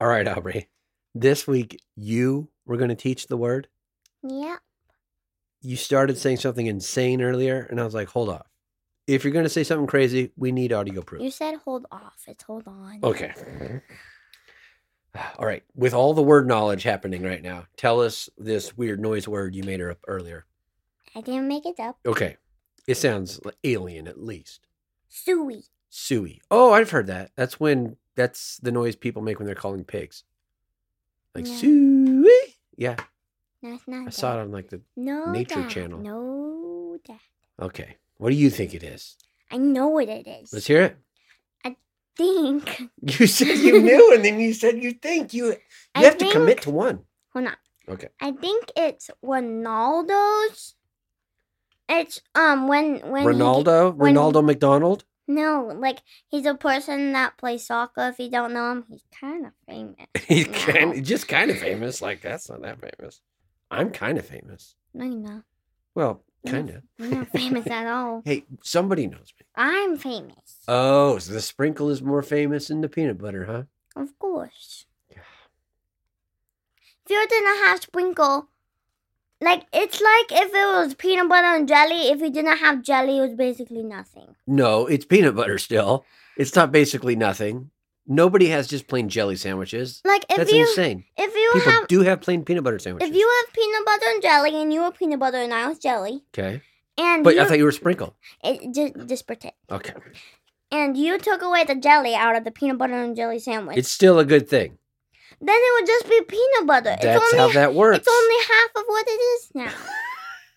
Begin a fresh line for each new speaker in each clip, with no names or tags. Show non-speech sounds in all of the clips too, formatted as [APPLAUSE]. All right, Aubrey. This week, you were going to teach the word.
Yeah.
You started saying something insane earlier, and I was like, hold off. If you're going to say something crazy, we need audio proof.
You said hold off. It's hold on.
Okay. [SIGHS] All right. With all the word knowledge happening right now, tell us this weird noise word you made up earlier.
I didn't make it up.
Okay. It sounds like alien at least.
Suey.
Suey. Oh, I've heard that. That's when that's the noise people make when they're calling pigs. Like
No.
suey. Yeah.
That's not.
I saw
that.
it on like the
No.
Nature
Dad.
Channel.
No. Dad.
Okay. What do you think it is?
I know what it is.
Let's hear it.
think.
[LAUGHS]
[LAUGHS]
You said you knew and then you said you think you you
I
have
think,
to commit to one.
Hold on.
Okay.
I think it's Ronaldo's. It's um when when he-
Ronaldo,
when-
Ronaldo McDonald. [LAUGHS]
no, like he's a person that plays soccer. If you don't know him, he's kind of famous.
He's
No.
kind just kind of famous. Like that's not that famous. I'm kind of famous.
No, you're not.
Well,
Yeah.
kind of.
You're
[LAUGHS]
not famous at all.
Hey, somebody knows me.
I'm famous,
Oh, so the sprinkle is more famous than the peanut butter, huh?
of course. If you didn't have sprinkle, like it's like if it was peanut butter and jelly. If you didn't have jelly, it was basically nothing.
No, it's peanut butter still. It's not basically nothing. Nobody has just plain jelly sandwiches.
Like if
That's
you
insane.
if you
People
have
do have plain peanut butter sandwiches.
If you have peanut butter and jelly, and you were peanut butter and I was jelly,
okay,
and
but
you,
I thought you were sprinkle.
it, just, just pretend,
Okay,
and you took away the jelly out of the peanut butter and jelly sandwich,
it's still a good thing.
then it would just be peanut butter.
That's
it's
how
only
that works.
it's only half of what it is now.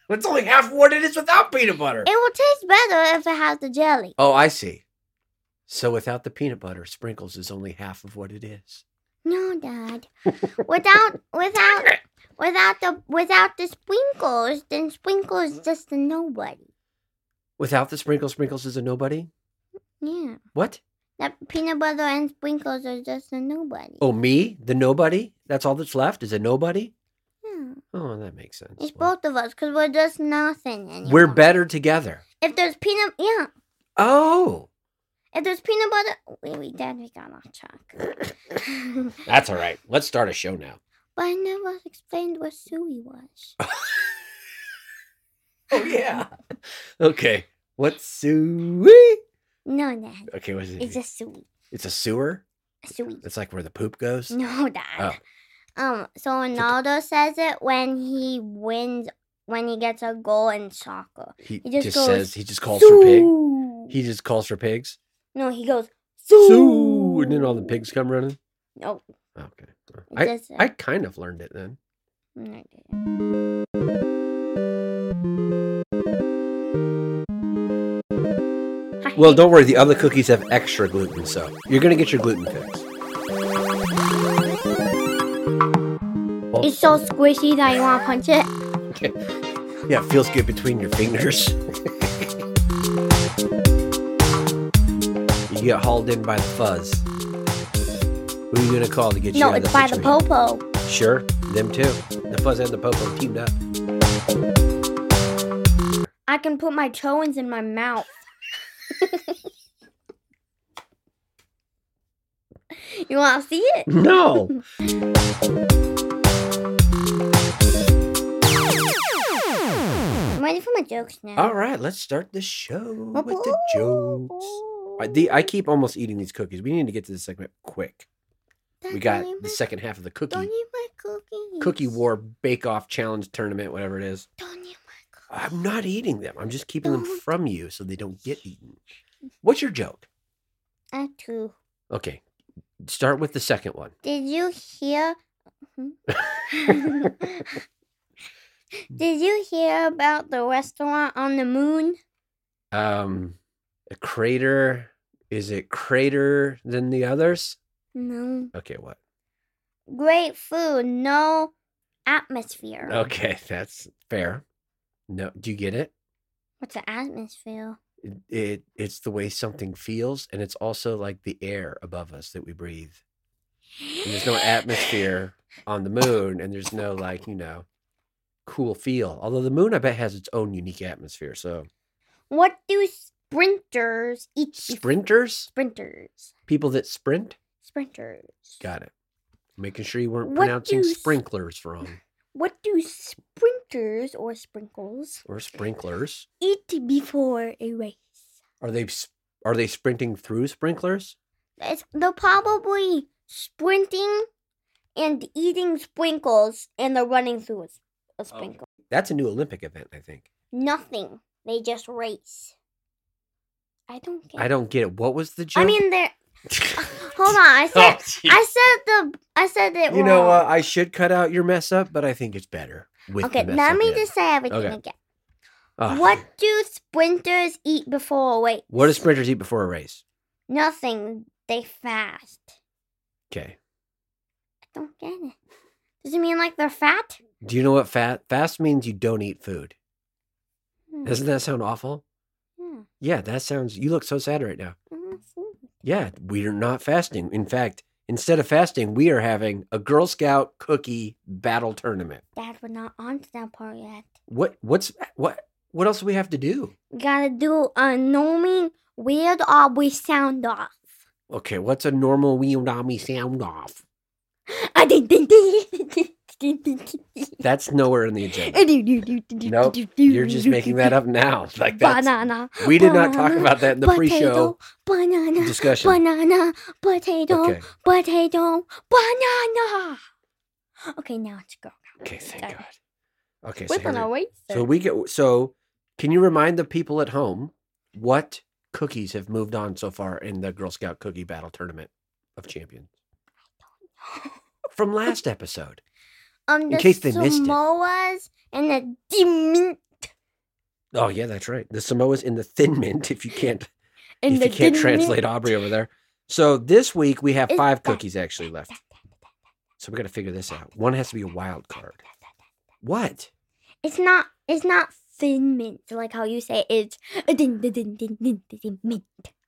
It's only half what it is without peanut butter.
it will taste better if it has the jelly.
Oh, I see. So without the peanut butter, sprinkles is only half of what it is.
No, Dad.
[LAUGHS]
Without without without the without the sprinkles, then sprinkles is just a nobody.
Without the sprinkle, sprinkles is a nobody.
Yeah,
What?
that peanut butter and sprinkles are just a nobody.
Oh, me, the nobody. That's all that's left is a nobody.
Yeah.
Oh, that makes sense.
It's
Well,
both of us because we're just nothing anymore.
we're better together.
If there's peanut, yeah.
Oh,
If there's peanut butter, wait, wait, Dad, we got off
[LAUGHS]
track.
that's all right. Let's start a show now.
but I never explained what Suey was.
Oh yeah. [LAUGHS] okay. What's Suey?
No, Dad,
Okay, what's it?
it's just Suey.
It's a sewer.
Suey.
It's like where the poop [LAUGHS] goes.
No, Dad.
Oh.
Um. So Ronaldo says it when he wins, when he gets a goal in soccer.
He,
He
just,
just goes,
says he just calls for pig.
Suey.
He just calls for pigs.
No, he goes Suey.
Sue, and then all the pigs come running.
No,
Okay, Well,
it
I
just,
I kind of learned it then.
no, it didn't.
Well, don't worry. The other cookies have extra gluten, so you're gonna get your gluten fix.
It's so squishy that you want to punch it.
Yeah, it feels good between your fingers. [LAUGHS] you get hauled in by the fuzz. Who are you gonna call to get you
No,
out of
it's
that
by the
situation?
popo.
Sure, them too. The fuzz and the popo teamed [LAUGHS] up.
I can put my toes in my mouth. [LAUGHS] you want to see
[LAUGHS]
it?
No.
I'm ready for my jokes now.
All right, let's start the show with
Whoop,
the
whoop,
jokes. I, the, I keep almost eating these cookies. We need to get to this segment quick. We
Daddy,
got
my-
the second half of the
Don't
cookie
eat my cookies.
cookie war bake off challenge tournament, whatever it is.
Don't eat my cookies.
I'm not eating them. I'm just keeping them
Don't.
from you so they don't get eaten. What's your joke?
I have two.
Okay, start with the second one.
Did you
[LAUGHS]
hear? [LAUGHS] Did you hear about the restaurant on the moon?
Um, a crater. Is it crater than the others?
No.
Okay, what?
Great food, no atmosphere.
Okay, [LAUGHS] that's fair. No, do you get it?
What's the atmosphere?
it, it it's the way something feels and it's also like the air above us that we breathe and there's no atmosphere on the moon and there's no like you know cool feel although the moon i bet has its own unique atmosphere so
[GASPS] What do sprinters eat? bef-
sprinters
Sprinters.
people that sprint
Sprinters.
got it Making sure you weren't
What
pronouncing
do s-
sprinklers wrong
What do sprinters or sprinkles
or sprinklers.
eat before a race?
Are they s- are they sprinting through sprinklers?
It's, they're probably sprinting and eating sprinkles, and they're running through a, s-
Oh.
a sprinkle.
That's a new Olympic event, I think.
Nothing. They just race. I don't get.
I don't get it. What was the joke? [LAUGHS]
I mean, they're. [LAUGHS] Hold on. I said. I said the. I said it.
Oh, you know, uh,
wrong.
I should cut out your mess up, but I think it's better. With
okay.
the mess
Let
up
me
in.
just say everything
Okay.
again.
Ugh.
What do sprinters eat before a race?
What do sprinters eat before a race?
Nothing. They fast.
Okay.
I don't get it. Does it mean like they're fat?
Do you know what fat fast means? You don't eat food.
Hmm.
Doesn't that sound awful?
Yeah.
Yeah, that sounds. You look so sad right now.
Mhm, see.
Yeah, we are not fasting. In fact, instead of fasting, we are having a Girl Scout cookie battle tournament.
Dad, we're not on to that part yet.
What? What's what? What else do we have to do?
We gotta do a norming weird or we sound off. [LAUGHS]
Okay, what's a normal Weonami sound off? That's nowhere in the
[LAUGHS]
agenda. Nope, You're just making that up now. [LAUGHS] Like that's
banana.
we did not talk
banana,
about that in the pre-show
potato, banana,
discussion.
banana, potato,
Okay.
potato, banana. Okay, now it's go.
Okay, thank
Sorry.
God. Okay, so,
We're
here we-
gonna wait.
so we get so can you remind the people at home what cookies have moved on so far in the Girl Scout Cookie Battle Tournament of
[LAUGHS]
Champions from last episode?
um, the
case they missed it.
Samoas and the Dimin
Oh yeah, that's right. The Samoa's in the Thin Mint. If you can't
and
if
the
you can't
Dimin-
translate Aubrey over there. So this week we have
Is
five
that-
cookies actually left. So we got to figure this out. One has to be a wild card. What?
It's not. It's not thin mint like how you say it. It's din din din din din din din mint.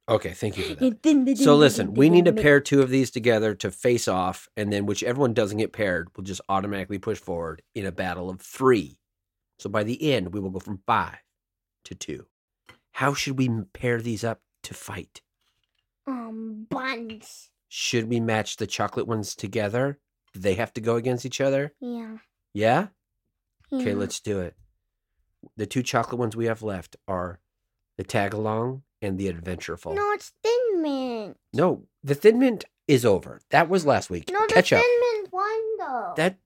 Okay, thank you for that.
Din din din
So
din
listen,
din
we
din
need to
mint.
pair two of these together to face off, and then whichever one doesn't get paired will just automatically push forward in a battle of three. So by the end, we will go from five to two. How should we m- pair these up to fight?
um buns.
Should we match the chocolate ones together? Do they have to go against each other?
Yeah.
Yeah? Okay,
yeah.
let's do it. The two chocolate ones we have left are the Tagalong and the Adventureful.
No, it's thin mint.
No, the Thin Mint is over. That was last week.
No, the
Catch up.
thin mint one though.
That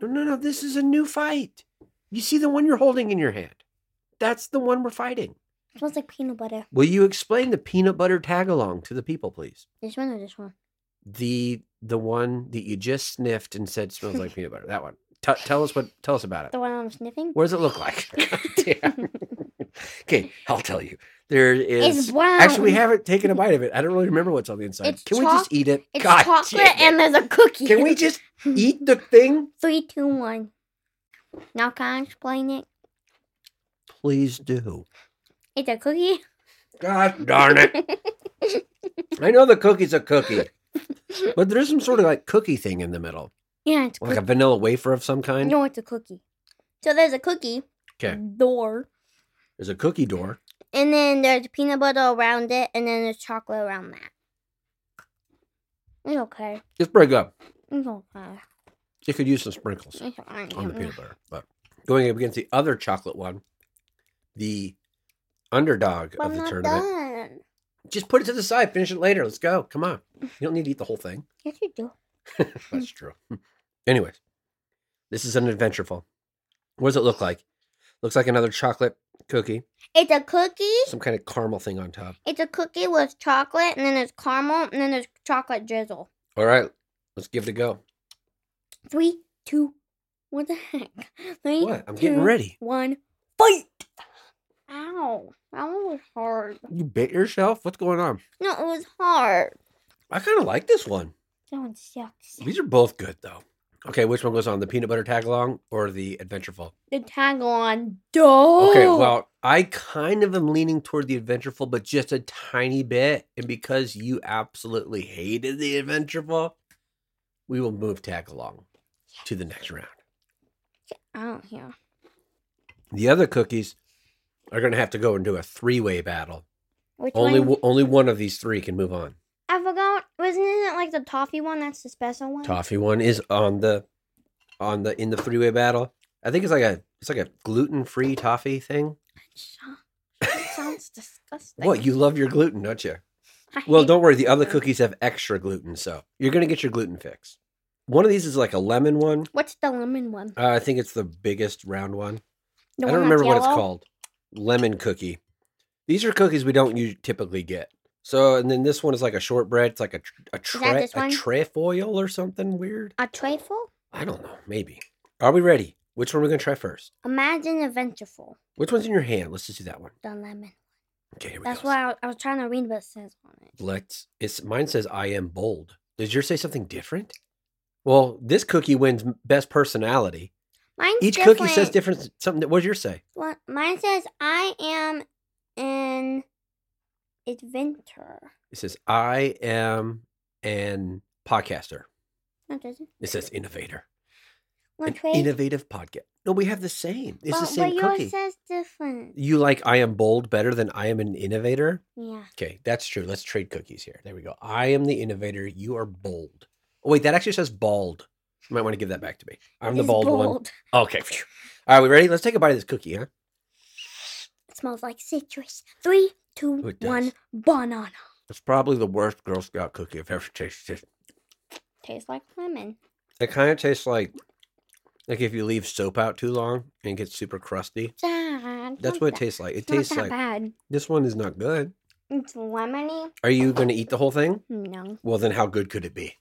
no no no, this is a new fight. You see the one you're holding in your hand. That's the one we're fighting.
smells like peanut butter.
Will you explain the peanut butter tag along to the people, please?
This one or this one?
The the one that you just sniffed and said smells
[LAUGHS]
like peanut butter. That one. T- tell us what tell us about
The
it.
one I'm sniffing.
What does it look
[LAUGHS]
like? [LAUGHS] God damn. okay, I'll tell you. There
It's
is
brown.
Actually, we haven't taken a bite of it. I don't really remember what's on the inside.
It's
Can we
choc-
just eat it?
It's
God
chocolate
damn
and
it.
there's a cookie.
Can
[LAUGHS]
we just eat the thing?
Three, two, one. Now can I explain it?
Please do.
It's a cookie.
God darn it. I know the cookie's a cookie, but there's some sort of like cookie thing in the middle,
[LAUGHS] yeah, it's
like
cookie.
a vanilla wafer of some kind.
No, it's a cookie. So there's a cookie
'Kay.
door,
There's a cookie door.
and then there's peanut butter around it, and then there's chocolate around that. It's okay.
It's pretty good.
It's okay.
It could use some sprinkles
It's alright.
on the peanut butter. But going up against the other chocolate one, the underdog of
But I'm
the
not
tournament,
done.
just put it to the side. Finish it later. Let's go. Come on. You don't need to eat the whole thing.
Yes, you do.
That's true. [LAUGHS] Anyways, this is an adventureful. What does it look like? Looks like another chocolate cookie,
It's a cookie.
some kind of caramel thing on top.
It's a cookie with chocolate, and then there's caramel, and then there's chocolate drizzle.
All right, let's give it a go.
Three, two, what the heck? [LAUGHS] Three,
What? I'm getting
two,
ready.
One, fight! Ow, that one was hard.
You bit yourself? What's going on?
No, it was hard.
I kind of like this one.
That one sucks.
These are both good though. Okay, which one goes on? The peanut butter tag along or the adventureful?
The tag on. Duh.
Okay, well, I kind of am leaning toward the adventureful, but just a tiny bit. And because you absolutely hated the adventureful, we will move tag along to the next round.
I don't hear.
The other cookies are going to have to go into a three way battle.
Which
Only
one?
w- only one of these three can move on.
I forgot. Wasn't it like the toffee one? That's the special one.
Toffee one is on the on the in the three way battle. I think it's like a it's like a gluten free toffee thing.
That
[LAUGHS]
sounds disgusting.
What you love your gluten, don't you?
I
Well,
hate-
don't worry. The other cookies have extra gluten, so you're gonna get your gluten fix. One of these is like a lemon one.
What's the lemon one?
Uh, I think it's the biggest round one.
The
I
one
don't
that's
remember what it's
yellow?
called. Lemon cookie. These are cookies we don't usually typically get. So, and then this one is like a shortbread. It's like a tr- a,
that
tre-
this
a
one?
trefoil or something weird.
A trifle?
I don't know. Maybe. Are we ready? Which one are we gonna try first?
Imagine adventureful.
Which one's in your hand? Let's just do that one.
The lemon.
Oh Okay, here we
That's
go.
what I, I was trying to read, but it says on it.
Let's. It's mine says I am bold. Does yours say something different? Well, this cookie wins best personality.
Mine's
Each
different.
cookie says different something. What does yours say?
Well, mine says I am an inventor.
It says I am an podcaster.
No, it doesn't.
It says innovator.
One
An
twig.
innovative podcast. No, we have the same. It's
but,
the same
but
cookie.
yours says different.
you like I am bold better than I am an innovator?
Yeah.
Okay, that's true. Let's trade cookies here. There we go. I am the innovator. You are bold. Oh, wait, that actually says bald. You might want to give that back to me. I'm the
It's
bald, one.
bold.
Okay. phew. All right, we ready? Let's take a bite of this cookie, huh?
It smells like citrus. Three, two,
Oh, It does.
one, banana.
It's probably the worst Girl Scout cookie I've ever tasted.
Tastes like lemon.
It kind of tastes like like if you leave soap out too long and it gets super crusty.
Sad.
That's
Not
what it
bad.
tastes like. It
It's not
tastes
that
like
bad.
this one is not good.
It's lemony.
Are you going to eat the whole thing?
No,
Well, then how good could it be?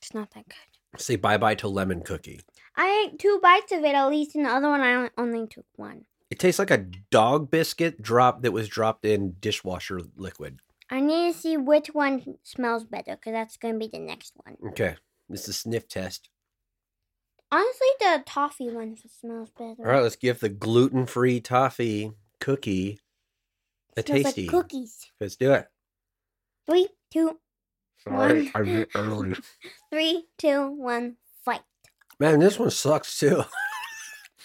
it's not that good.
Say bye bye to lemon cookie.
I ate two bites of it at least, and the other one I on- only took one.
It tastes like a dog biscuit drop that was dropped in dishwasher liquid.
I need to see which one smells better, cause that's gonna be the next one.
Okay, this is a sniff test.
Honestly, the toffee one smells better.
All right, let's give the gluten free toffee cookie a
Smells like
tasty.
cookies.
Let's do it.
Three, two,
Sorry,
One.
I'm here
[LAUGHS]
early.
three, two, one, fight.
Man, this one sucks too.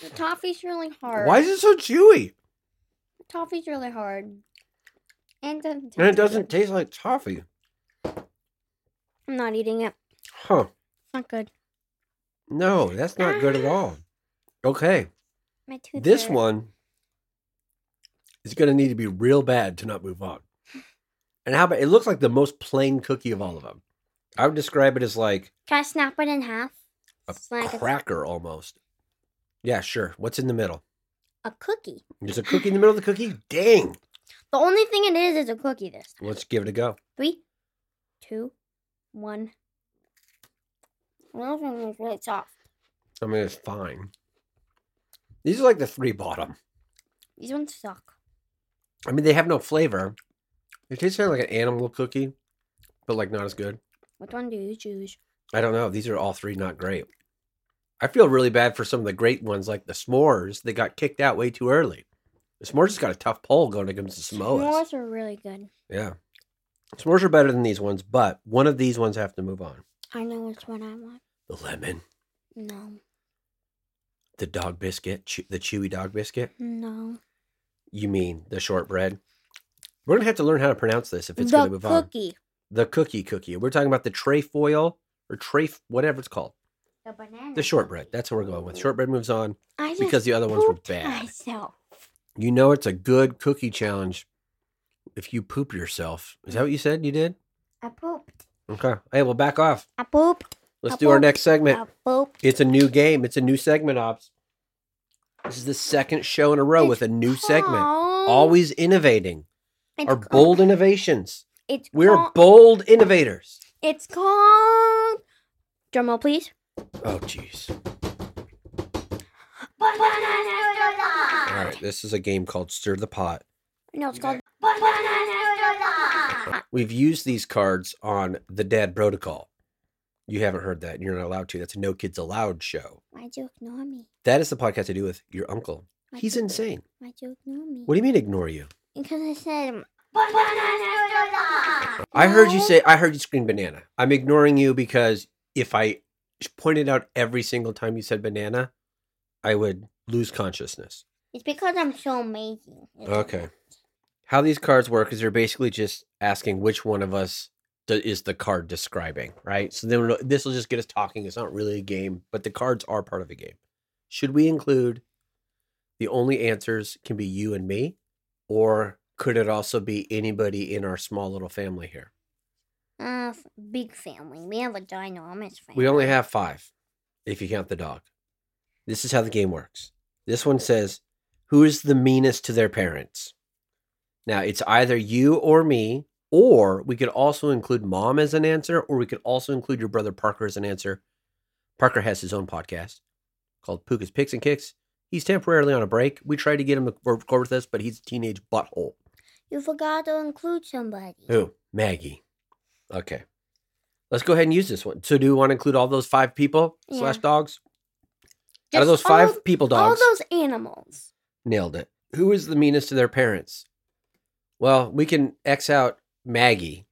The toffee's really hard.
Why is it so chewy?
The toffee's really hard. And,
And it
doesn't taste good.
doesn't taste like toffee.
I'm not eating it.
Huh.
Not good.
No, that's not good at all. Okay,
My tooth.
this
hurt.
one is going to need to be real bad to not move on. And how about it looks like the most plain cookie of all of them? I would describe it as like
Can I snap it in half?
a
It's like a-
cracker almost. Yeah, sure. What's in the middle?
A cookie.
There's a cookie in the middle of the cookie? Dang.
The only thing it is is a cookie. This.
Let's give it a go.
Three, two, one. Another one was really soft.
I mean, it's fine. These are like the three bottom.
These ones suck.
I mean, they have no flavor. It tastes kind of like an animal cookie, but like not as good.
Which one do you choose?
I don't know. These are all three not great. I feel really bad for some of the great ones, like the s'mores. They got kicked out way too early. The s'mores just got a tough pull going against the s'mores.
S'mores are really good.
Yeah, s'mores are better than these ones, but one of these ones have to move on.
I know which one I want.
The lemon,
No,
the dog biscuit, chew- the chewy dog biscuit.
no.
You mean the shortbread? We're gonna have to learn how to pronounce this if it's
the
gonna move on.
cookie.
The cookie cookie. We're talking about the trefoil or tray, whatever it's called.
The banana.
The shortbread. That's what we're going with. Shortbread moves on
I just
because the other ones were
pooped
bad.
Myself.
You know it's a good cookie challenge if you poop yourself. Is that what you said you did?
I pooped.
Okay. Hey, well, back off.
I pooped.
Let's
I
do our
pooped.
next segment.
I pooped.
It's a new game. It's a new segment, Ops. This is the second show in a row with a new segment. Always innovating. Our bold innovations.
It's
We're
called,
bold innovators.
It's called. Drumroll, please.
Oh, jeez. All right. This is a game called Stir the Pot.
No, it's called. Uh,
We've used these cards on the Dad Protocol. You haven't heard that. You're not allowed to. That's a No Kids Allowed show.
Why'd you ignore me?
That is the podcast I do with your uncle.
Why'd
He's
you-
insane.
Why'd you ignore me?
What do you mean ignore you?
Because I said.
I heard you
No.
say I heard you scream banana. I'm ignoring you because if I pointed out every single time you said banana, I would lose consciousness.
It's because I'm so amazing.
Okay. How these cards work is they're basically just asking which one of us the, is the card describing, right? So then we'll- this will just get us talking. It's not really a game, but the cards are part of a game. Should we include the only answers can be you and me, or could it also be anybody in our small little family here?
Uh, f- big family. We have a ginormous family.
We only have five, if you count the dog. This is how the game works. This one says, Who is the meanest to their parents? Now, it's either you or me, or we could also include mom as an answer, or we could also include your brother Parker as an answer. Parker has his own podcast called Puka's Picks and Kicks. He's temporarily on a break. We tried to get him to record with us, but he's a teenage butthole.
you forgot to include somebody.
Who? Maggie. Okay. Let's go ahead and use this one. So, do we want to include all those five people
Yeah.
slash dogs? Out
Just
of those
all-
five people
All
dogs,
those animals.
nailed it. Who is the meanest to their parents? Well, we can X out Maggie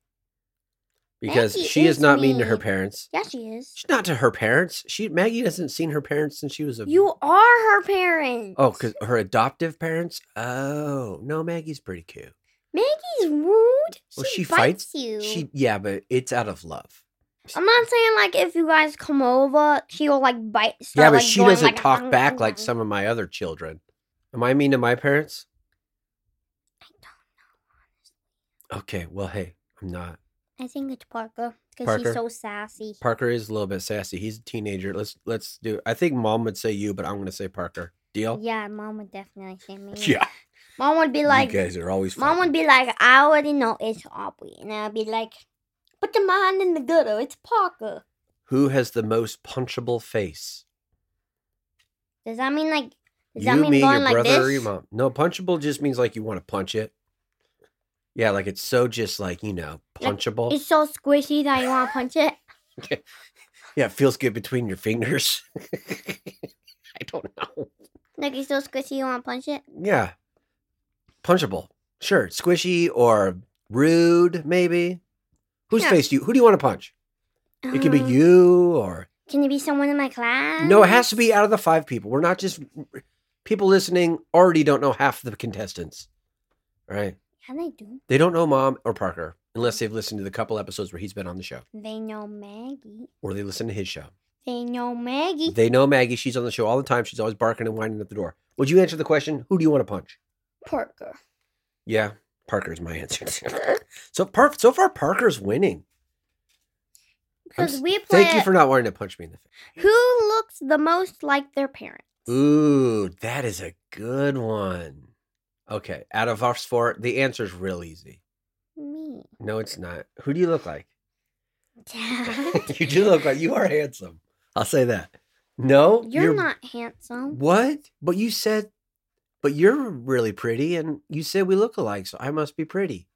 because
Maggie
she is,
is
not mean to
mean.
her parents.
Yeah, she is.
She's not to her parents. She Maggie hasn't seen her parents since she was a
You are her parents.
oh, because her adoptive parents. Oh no, Maggie's pretty cute.
Maggie's rude.
Well,
she,
she
bites
fights-
you.
She yeah, but it's out of love.
I'm not saying like if you guys come over, she will like bite. Start,
yeah, but
like,
she
going,
doesn't
like,
talk
"Hung,
back
hung,
like
hung."
some of my other children. Am I mean to my parents? Okay, well, hey, I'm not.
I think it's Parker because
Parker?
he's so sassy.
Parker is a little bit sassy. He's a teenager. Let's let's do. I think mom would say you, but I'm gonna say Parker. Deal?
Yeah, mom would definitely say me.
Yeah.
mom would be like,
you guys are always.
mom
fighting.
would be like, I already know it's Aubrey, and I'd be like, put the mind in the gutter. It's Parker.
Who has the most punchable face?
Does that mean like?
you,
Does that mean
me, your
going like
brother,
this?
or your mom? No, punchable just means like you want to punch it. Yeah, like it's so just like you know
Like,
punchable.
It's so squishy that you want to punch it. [LAUGHS]
yeah, it feels good between your fingers. [LAUGHS] I don't know.
Like it's so squishy you want to punch it.
Yeah. Punchable. Sure. Squishy or rude, maybe. Whose
Yeah.
face do you who do you want to punch? It could be
Um,
you or
Can it be someone in my class?
No, it has to be out of the five people. We're not just people listening already don't know half the contestants. Right?
How they do?
They don't know mom or Parker unless they've listened to the couple episodes where he's been on the show
They know Maggie.
or they listen to his show.
They know Maggie.
They know Maggie, she's on the show all the time. She's always barking and whining at the door. Would you answer the question, who do you want to punch?
Parker.
Yeah, Parker's my answer. [LAUGHS] so par- so far Parker's winning. I'm
Because
s-
we play.
Thank you for not wanting to punch me in the face.
Who looks the most like their parent?
Ooh, that is a good one. Okay, out of us four, the answer's real easy.
Me. [LAUGHS]
No, it's not. Who do you look like? [LAUGHS]
Dad.
you do look like you are handsome. I'll say that. No,
You're, not handsome.
What? But you said, but you're really pretty, and you said we look alike, so I must be pretty,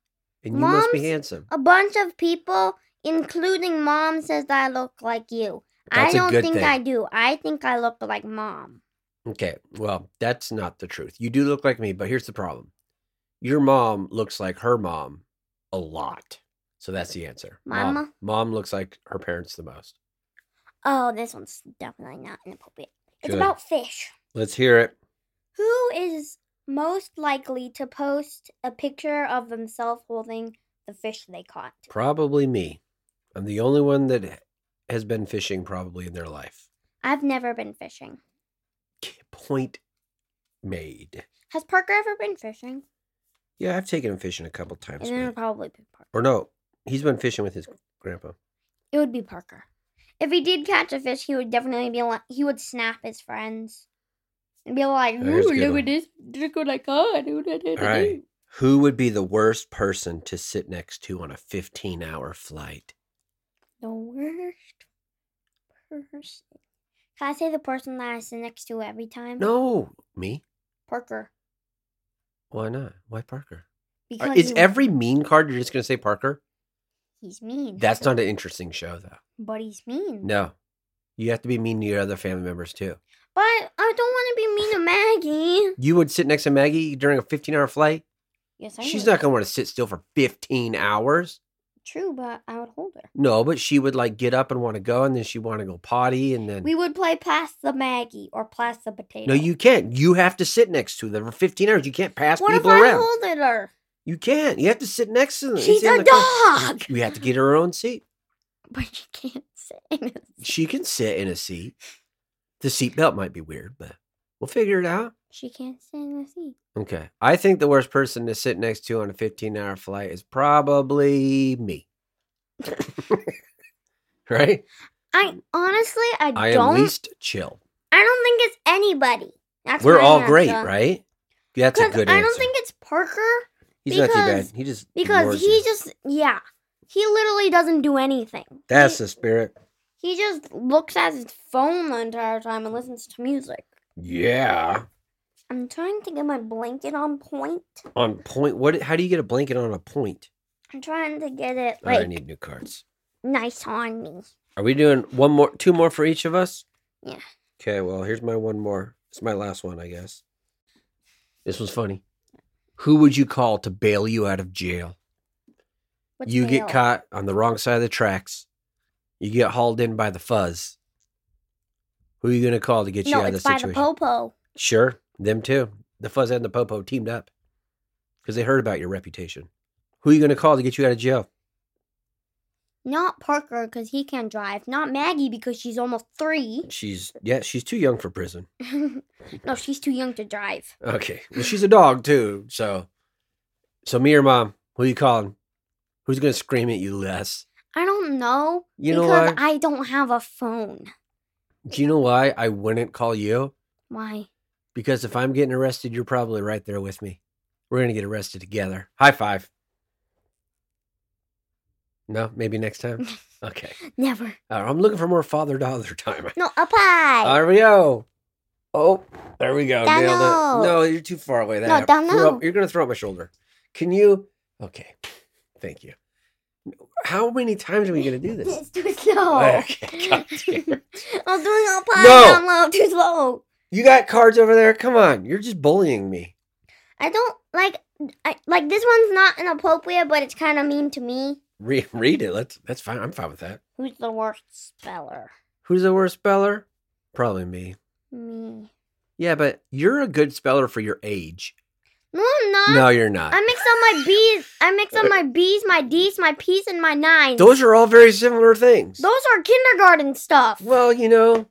and you must be
Mom's-
handsome.
A bunch of people, including mom, says that I look like you.
That's
I
a
don't
good
think
thing.
I do. I think I look like mom.
Okay, well, that's not the truth. You do look like me, but here's the problem. Your mom looks like her mom a lot. So that's the answer. Mom,
Mama?
mom looks like her parents the most.
Oh, this one's definitely not inappropriate. It's
Good.
about fish.
Let's hear it.
Who is most likely to post a picture of themselves holding the fish they caught?
Probably me. I'm the only one that has been fishing probably in their life.
I've never been fishing.
Point made.
Has Parker ever been fishing?
Yeah, I've taken him fishing a couple times.
And then it
but-
would probably be Parker.
Or no, he's been fishing with his grandpa.
It would be Parker. If he did catch a fish, he would definitely be like he would snap his friends and be like,
There's a
"Ooh,
good
look
one.
at this! Look what I caught!" Ooh, da, da, da,
Alright.
da."
Who would be the worst person to sit next to on a 15 hour flight?
The worst person. Can I say the person that I sit next to every time?
No, Uh, me.
Parker.
Why not? Why Parker? Are-
Because
Is
he-
every mean card you're just going to say Parker?
he's mean.
That's not an interesting show, though.
but he's mean.
No. You have to be mean to your other family members, too.
But I don't want to be mean to Maggie.
You would sit next to Maggie during a 15 hour flight?
Yes, I.
She's
would.
not going to want to sit still for 15 hours.
True, but I would hold her.
No, but she would like get up and want to go, and then she'd want to go potty, and then.
We would play pass the Maggie or pass the potato.
no, you can't. You have to sit next to them for 15 hours. You can't pass
What if
people
I
around.
holded her?
You can't. You have to sit next to them. It's
She's
in
a
the car. [LAUGHS]
dog, [LAUGHS]
You have to get her own seat.
but she can't sit. in it.
She can sit in a seat. The seatbelt might be weird, but we'll figure it out.
She can't sit in the seat.
Okay. I think the worst person to sit next to on a 15 hour flight is probably me. [LAUGHS] right?
I honestly, I,
Mm. I am
don't.
least chill.
I don't think it's anybody. That's
We're
my
all
answer.
great, right? That's a
'Cause
good
I
answer.
don't think it's Parker
He's not too bad.
because-
He just
because
ignores
he
you.
just yeah, he literally doesn't do anything.
That's
he,
the spirit.
he just looks at his phone the entire time and listens to music.
Yeah.
I'm trying to get my blanket on point.
On point. What how do you get a blanket on a point?
I'm trying to get it
Oh, I
like
need new cards.
nice on me.
Are we doing one more two more for each of us?
Yeah.
Okay, well, here's my one more. It's my last one, I guess. This was funny. Who would you call to bail you out of jail?
What's
you
bail?
get caught on the wrong side of the tracks. You get hauled in by the fuzz. Who are you going to call to get you
No,
out of
it's
this
by
situation?
the popo.
Sure, them too. The fuzz and the popo teamed up because they heard about your reputation. Who are you going to call to get you out of jail?
Not Parker because he can drive. Not Maggie because she's almost three. [LAUGHS]
She's yeah, she's too young for prison.
no, she's too young to drive.
Okay, well, she's a dog too, so so me or mom, who you calling? Who's going to scream at you less?
I don't know
You know
because
what?
I don't have a phone.
Do you know why I wouldn't call you?
Why?
Because if I'm getting arrested, you're probably right there with me. We're going to get arrested together. High five. No, maybe next time. Okay.
Never.
Uh, I'm looking for more father daughter [LAUGHS] time.
No, up [LAUGHS] high.
There we go. Oh, there we go.
Down
Nailed
low.
it. No, you're too far away. That
No, down
throw up-
low.
you're going to throw up my shoulder. Can you? Okay. Thank you. How many times are we going to do this?
it's too
[LAUGHS]
slow.
Okay,
[LAUGHS]
God damn
I'm doing up high,
No.
down low, too slow.
You got cards over there? Come on. You're just bullying me.
I don't like. I, like this one's not inappropriate, but it's kind of mean to me.
Re- read it. Let's, that's fine. I'm fine with that.
Who's the worst speller?
Who's the worst speller? Probably me.
Me.
Yeah, but you're a good speller for your age.
No, I'm not.
No, you're not.
I mix up my B's. I mix up my B's, my D's, my P's, and my nines.
Those are all very similar things.
Those are kindergarten stuff.
Well, you know,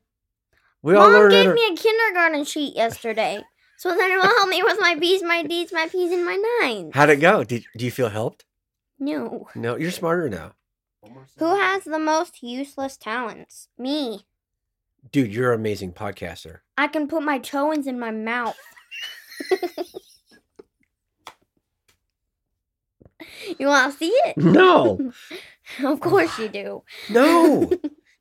we all
Mom
learn.
gave
at our-
me a kindergarten sheet yesterday, so then it will help me with my B's, my D's, my P's, and my nines.
How'd it go? Did, do you feel helped?
No.
No, you're smarter now.
Who has the most useless talents? Me.
Dude, you're an amazing podcaster.
I can put my toes in my mouth. [LAUGHS] you want to see it?
[LAUGHS] No,
Of course you do. [LAUGHS]
no,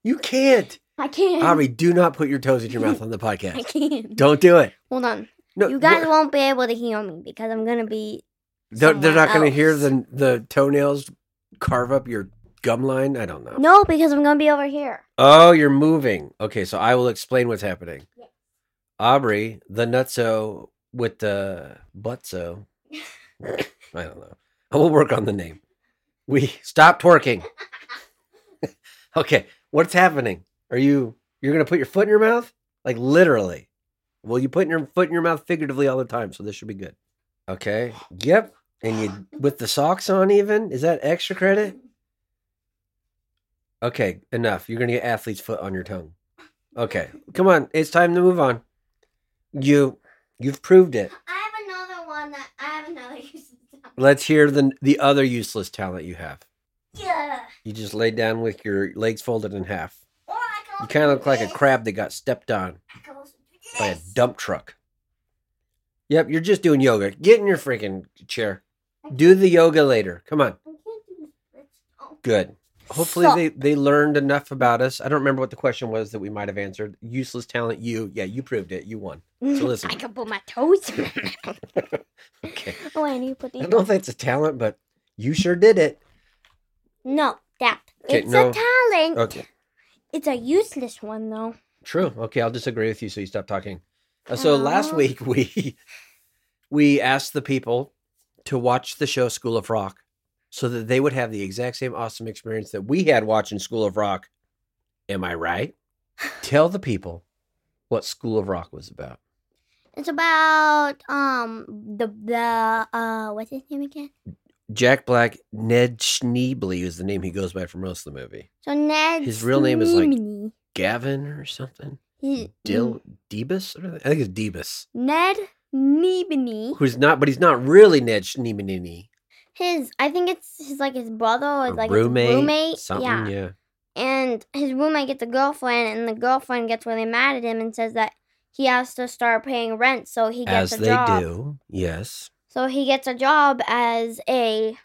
you can't.
I can.
Aubrey, do not put your toes in your mouth on the
[LAUGHS] I
podcast.
can.
Don't do it.
Hold on.
No,
You guys
we're-
won't be able to hear me because I'm gonna be.
they're, they're
somewhere
not going to hear
else.
the the toenails carve up your gum line. I don't know.
No, because I'm gonna be over here.
Oh, you're moving. Okay, so I will explain what's happening. Aubrey, the nutso with the butso. I don't know. I will work on the name. We stop twerking. okay, what's happening? Are you you're gonna put your foot in your mouth? Like literally. Well, you put your foot in your mouth figuratively all the time, so this should be good. Okay. Yep. And you with the socks on even? Is that extra credit? Okay, enough. You're gonna get athlete's foot on your tongue. Okay, come on. It's time to move on. You, you've proved it.
I have another one that I have another [LAUGHS] use.
Let's hear the the other useless talent you have.
Yeah.
You just lay down with your legs folded in half.
Or I can
You kind of look like a crab that got stepped on by a dump truck. Yep, you're just doing yoga. Get in your freaking chair. Do the yoga later. Come on.
Oh.
Good. Hopefully
So-
they they learned enough about us. I don't remember what the question was that we might have answered. Useless talent. You, yeah, you proved it. You won. So listen.
[LAUGHS] I can put my toes in my mouth.
[LAUGHS]
[LAUGHS]
Okay.
Oh, I need to put
I
these.
don't think it's a talent, but you sure did it.
No, that.
Okay,
it's
no.
a talent.
Okay.
It's a useless one, though.
True. Okay, I'll disagree with you, so you stop talking. Uh, so last
Aw.
week [LAUGHS] we we asked the people to watch the show School of Rock so that they would have the exact same awesome experience that we had watching School of Rock. Am I right? Tell the people what School of Rock was about.
It's about um the the uh what's his name again?
Jack Black, Ned Schneebly is the name he goes by for most of the movie.
So Ned.
His real name is, like,
Sneeminy.
Gavin or something.
He-
Dil Debus? Or- I think it's Debus.
Ned Nebany.
Who's not, but he's not really Ned Schneemanini.
His I think it's his like his brother or,
Or
like
roommate.
his roommate.
Something,
yeah.
yeah.
and his roommate gets a girlfriend, and the girlfriend gets really mad at him and says that he has to start paying rent, so he
As
gets a
they
job.
do. Yes.
So he gets a job as a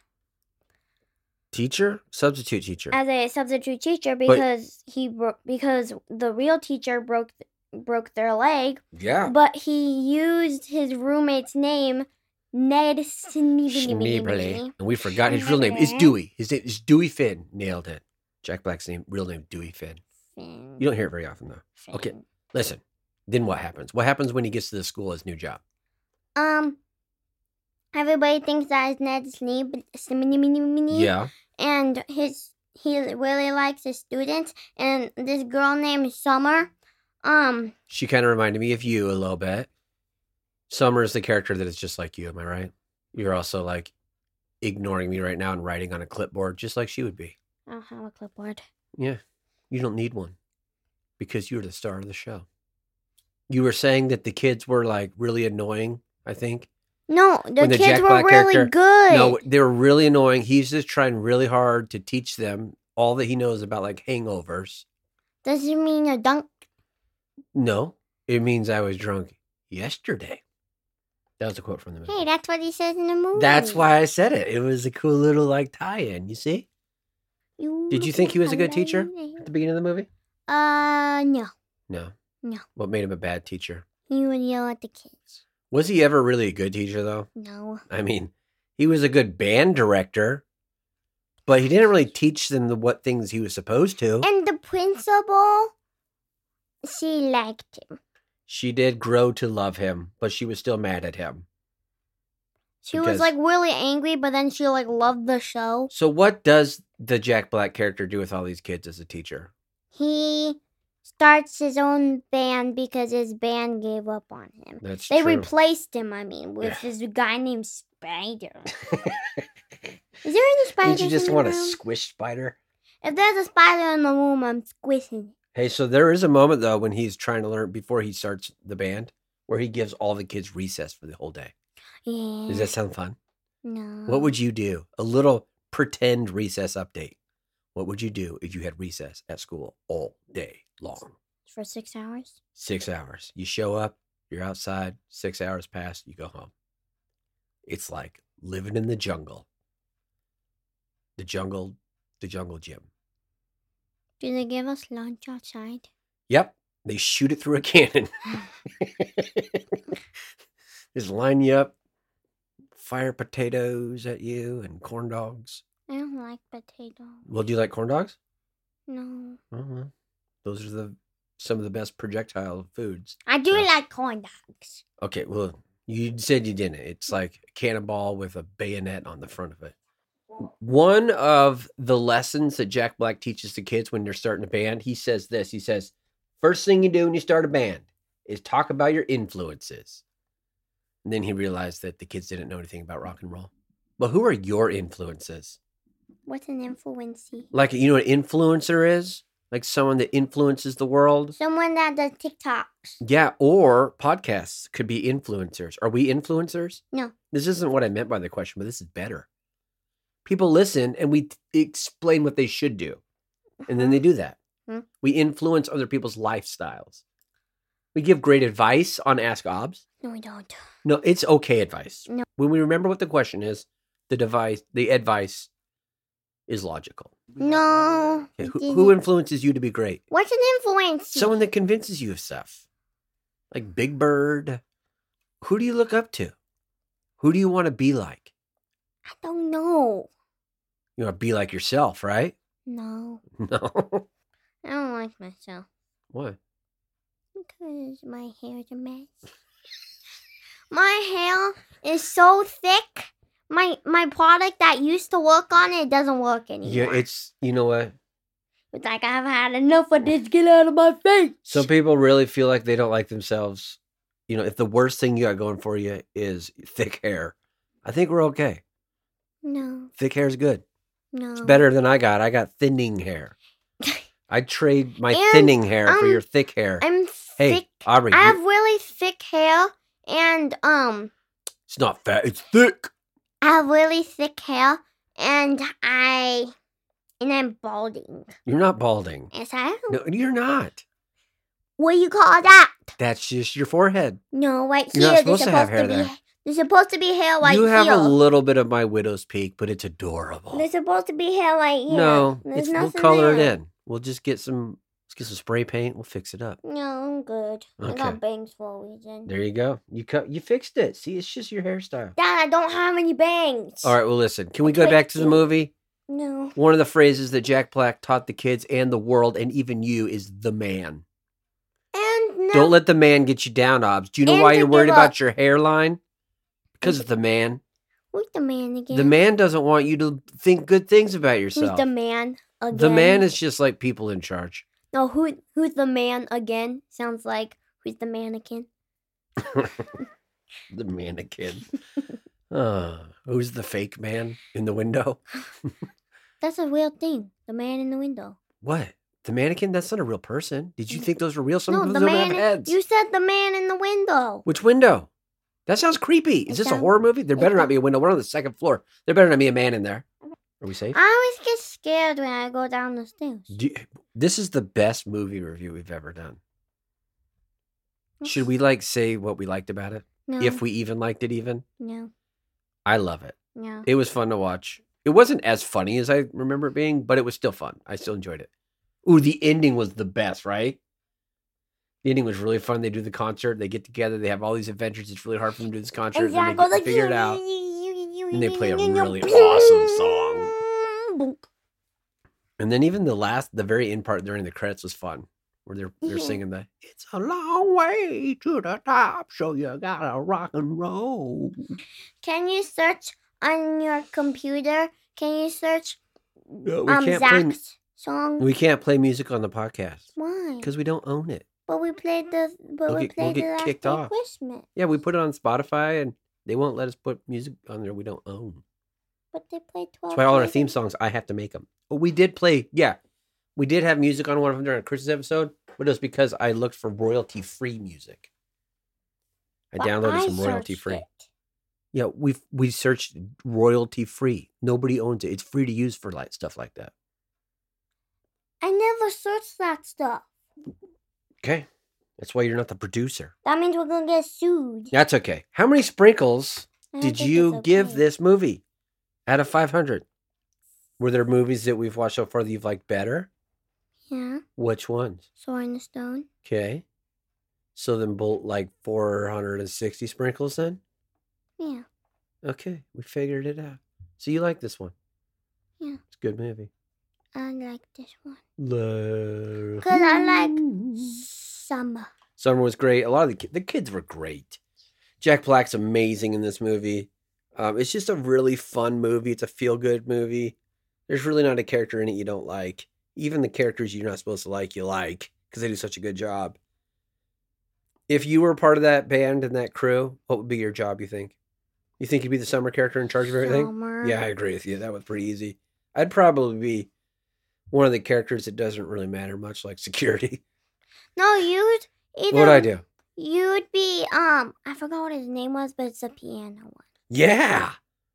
Teacher? Substitute teacher.
as a substitute teacher because he bro- because the real teacher broke broke their leg,
yeah.
but he used his roommate's name, Ned Schneebly.
Schneebly. And we forgot his real name. It's
Schneebly.
Dewey. His name is Dewey Finn. Nailed it. Jack Black's name, real name, Dewey Finn. You don't hear it very often, though. okay. Listen, then what happens? What happens when he gets to the school, his new job?
Um. Everybody thinks that is Ned Schneeb. Schneebly.
Yeah.
and his he really likes his students and this girl named Summer um
She kind of reminded me of you a little bit. Summer is the character that is just like you, am I right? You're also like ignoring me right now and writing on a clipboard just like she would be.
I don't have a clipboard.
Yeah. You don't need one because you're the star of the show. You were saying that the kids were like really annoying, I think.
No, the
When the
kids
Jack
were
Black
really
character-
good.
No, they were really annoying. He's just trying really hard to teach them all that he knows about like hangovers.
doesn't mean a dunk.
No, it means I was drunk yesterday. That was a quote from the movie.
Hey, that's what he says in the movie.
That's why I said it. It was a cool little like tie-in. You see, Did you think he was a good teacher? at the beginning of the movie.
Uh, no.
No.
No.
What made him a bad teacher?
He would yell at the kids.
Was he ever really a good teacher though?
No.
I mean, he was a good band director, but he didn't really teach them the what things he was supposed to.
And the principal, she liked him.
she did grow to love him, but she was still mad at him.
She
Because-
was like really angry, but then she like loved the show.
So what does the Jack Black character do with all these kids as a teacher?
he starts his own band because his band gave up on him.
That's
They
true.
replaced him, I mean, with this guy
[LAUGHS]
named Spider. Is there any spiders
Did you just
in the
want a
room?
squish spider?
if there's a spider in the room, I'm squishing. it.
Hey, so there is a moment though when he's trying to learn before he starts the band, where he gives all the kids recess for the whole day.
Yeah.
Does that sound fun?
no.
What would you do? A little pretend recess update. What would you do if you had recess at school all day long?
for six hours?
Six hours. You show up, you're outside, six hours pass, you go home. It's like living in the jungle. The jungle, the jungle gym.
Do they give us lunch outside?
Yep. They shoot it through a [LAUGHS] cannon. Just line you up, fire potatoes at you and corn dogs.
I don't like potato.
Well, do you like corn dogs?
No.
mm Those are the some of the best projectile foods.
I do
No.
like corn dogs.
Okay, well, you said you didn't. It's like a cannonball with a bayonet on the front of it. One of the lessons that Jack Black teaches the kids when they're starting a band, he says this. He says, first thing you do when you start a band is talk about your influences. And then he realized that the kids didn't know anything about rock and roll. But who are your influences?
What's an influency?
Like, you know what an influencer is? Like someone that influences the world?
Someone that does TikToks.
Yeah, or podcasts could be influencers. Are we influencers?
No.
This isn't what I meant by the question, but this is better. People listen and we t- explain what they should do, and then they do that.
Hmm.
We influence other people's lifestyles. We give great advice on Ask OBS.
No, we don't.
No, it's okay advice.
No.
When we remember what the question is, the device, the advice is logical.
No.
Okay,
I
who,
didn't.
who influences you to be great?
What's an influence?
someone that convinces you of stuff like big bird who do you look up to who do you want to be like
I don't know.
you want to be like yourself right [LAUGHS]
No,
no
I don't like myself
what
because my hair's a mess. [LAUGHS] my hair is so thick. My my product that used to work on it doesn't work
yeah
anymore.
it's you know what
it's like I've had enough of this. Get out of my face.
some people really feel like they don't like themselves you know, if the worst thing you got going for you is thick hair, I think we're okay.
No,
Thick hair is good.
no.
It's better than I got. I got thinning
[LAUGHS]
hair. I trade my
And,
thinning hair for
um,
your thick hair.
I'm
hey,
thick.
Aubrey,
I
you-
have really thick hair, and um,
it's not fat. It's thick.
I have really thick hair, and I, and I'm balding.
You're not balding.
Yes, I am.
No, you're not.
What do you call that?
That's just your forehead.
No, right
You're not
here.
supposed to have hair
be.
there.
There's supposed to be hair right
you have
here.
a little bit of my widow's peak, but it's adorable.
There's supposed to be hair right here.
no,
There's
it's, we'll
nothing
color
there.
it in. We'll just get some. Let's get some spray paint. We'll fix it up.
No, I'm good. I
Okay.
got bangs for a reason.
There you go. You cut. You fixed it. See, it's just your hairstyle.
Dad, I don't have any bangs.
All right. Well, listen. Can we
That's
go
what
back to the
you-
movie?
No.
One of the phrases that Jack Black taught the kids and the world and even you is the man.
And no.
Don't let the man get you down, Obs. Do you know
And
why
to
you're worried
give
about
up.
your hairline? Because of the man.
Who's the man again?
The man doesn't want you to think good things about
Who's
yourself.
the man again?
The man is just like people in charge.
No, who who's the man again? Sounds like who's the mannequin?
The
[LAUGHS]
mannequin. uh, who's the fake man in the window?
That's a real thing. The man in the window.
What? The mannequin? That's not a real person. Did you think those were real? Some
no,
of
the
those don't
man.
have heads.
You said the man in the window.
Which window? That sounds creepy. Is
It
this a
sound-
horror movie? There
it
better not
sound-
be a window. We're on the second floor. There better not be a man in there. Are we safe?
I always get scared when I go down the stairs.
Do you- this is the best movie review we've ever done. Should we like say what we liked about it?
No.
If we even liked it, even?
No.
I love it.
No.
It was fun to watch. It wasn't as funny as I remember it being, but it was still fun. I still enjoyed it. Ooh, the ending was the best, right? The ending was really fun. They do the concert, they get together, they have all these adventures. It's really hard for them to do this concert, and then they
Exactly.
get to figure it out.
E. And
they play a really awesome song. And then even the last, the very end part during the credits was fun, where they're they're
Mhm.
singing the "It's a long way to the top, so you gotta rock and roll."
Can you search on your computer? Can you search
No, we
um
can't play.
Zach's song?
We can't play music on the podcast
Why?
because we don't own it.
But we played the but
We'll
we
get- we'll
played
get
the last
kicked
day
off.
Christmas.
Yeah, we put it on Spotify, and they won't let us put music on there we don't own.
But they played twelve.
That's why all our
days
theme
of-
songs I have to make them. But we did play. Yeah, we did have music on one of them during a Christmas episode, but it was because I looked for royalty free music. I
But
downloaded some
searched
royalty free.
it.
Yeah, we we searched royalty free. Nobody owns it. It's free to use for like stuff like that.
I never searched that stuff.
Okay, that's why you're not the producer.
That means we're gonna get sued.
That's okay. How many sprinkles
I don't
did
think
you
it's
give
okay.
this movie out of five hundred? Were there movies that we've watched so far that you've liked better?
Yeah,
Which ones?
sword in the stone.
Okay, so then bolt like four hundred and sixty sprinkles. Then
Yeah,
okay, we figured it out. So you like this one?
Yeah.
it's a good movie.
I like this one.
Because
'Cause I like- Summer.
Summer was great. A lot of the ki- the kids were great. Jack Black's amazing in this movie. Um, it's just a really fun movie. It's a feel good movie. There's really not a character in it you don't like. Even the characters you're not supposed to like, you like because they do such a good job. If you were part of that band and that crew, what would be your job? You think? You think you'd be the summer character in charge of everything?
Summer.
Yeah, I agree with you. That was pretty easy. I'd probably be one of the characters that doesn't really matter much, like security. [LAUGHS]
No, you'd either.
What'd I do?
You'd be um. I forgot what his name was, but it's a piano one
Yeah,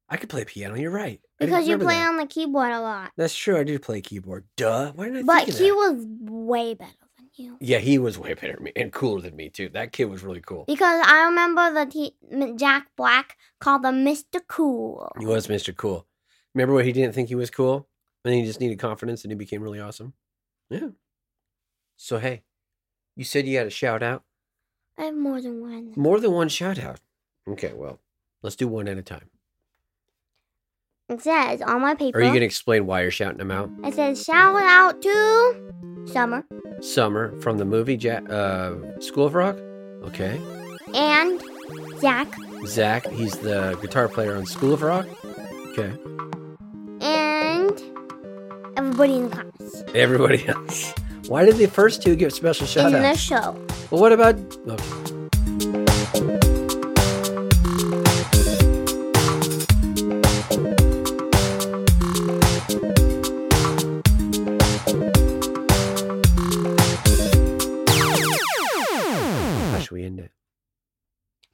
I could play piano. You're right. I didn't
because you
remember
play
that.
on the keyboard a lot.
That's true. I did play keyboard. Duh. Why didn't I
But
think of
he
that?
was way better than you.
Yeah, he was way better than me and cooler than me too. That kid was really cool.
Because I remember the t- M- Jack Black called him Mr. Cool.
He was Mr. Cool. Remember when he didn't think he was cool, and then he just needed confidence, and he became really awesome. Yeah. So hey, you said you had a shout out.
I have more than one.
More than one shout out. Okay, well, let's do one at a time.
It says on my paper.
Are you gonna explain why you're shouting them out?
It says shout out to Summer
Summer from the movie ja- uh, School of Rock. Okay.
and Jack
Zach, he's the guitar player on School of Rock. Okay.
and everybody in the class
Everybody else. Why did the first two get special shout
in the
outs?
show.
Well, what about. okay.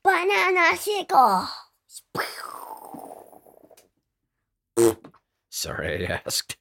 banana sickle.
Sorry, I asked.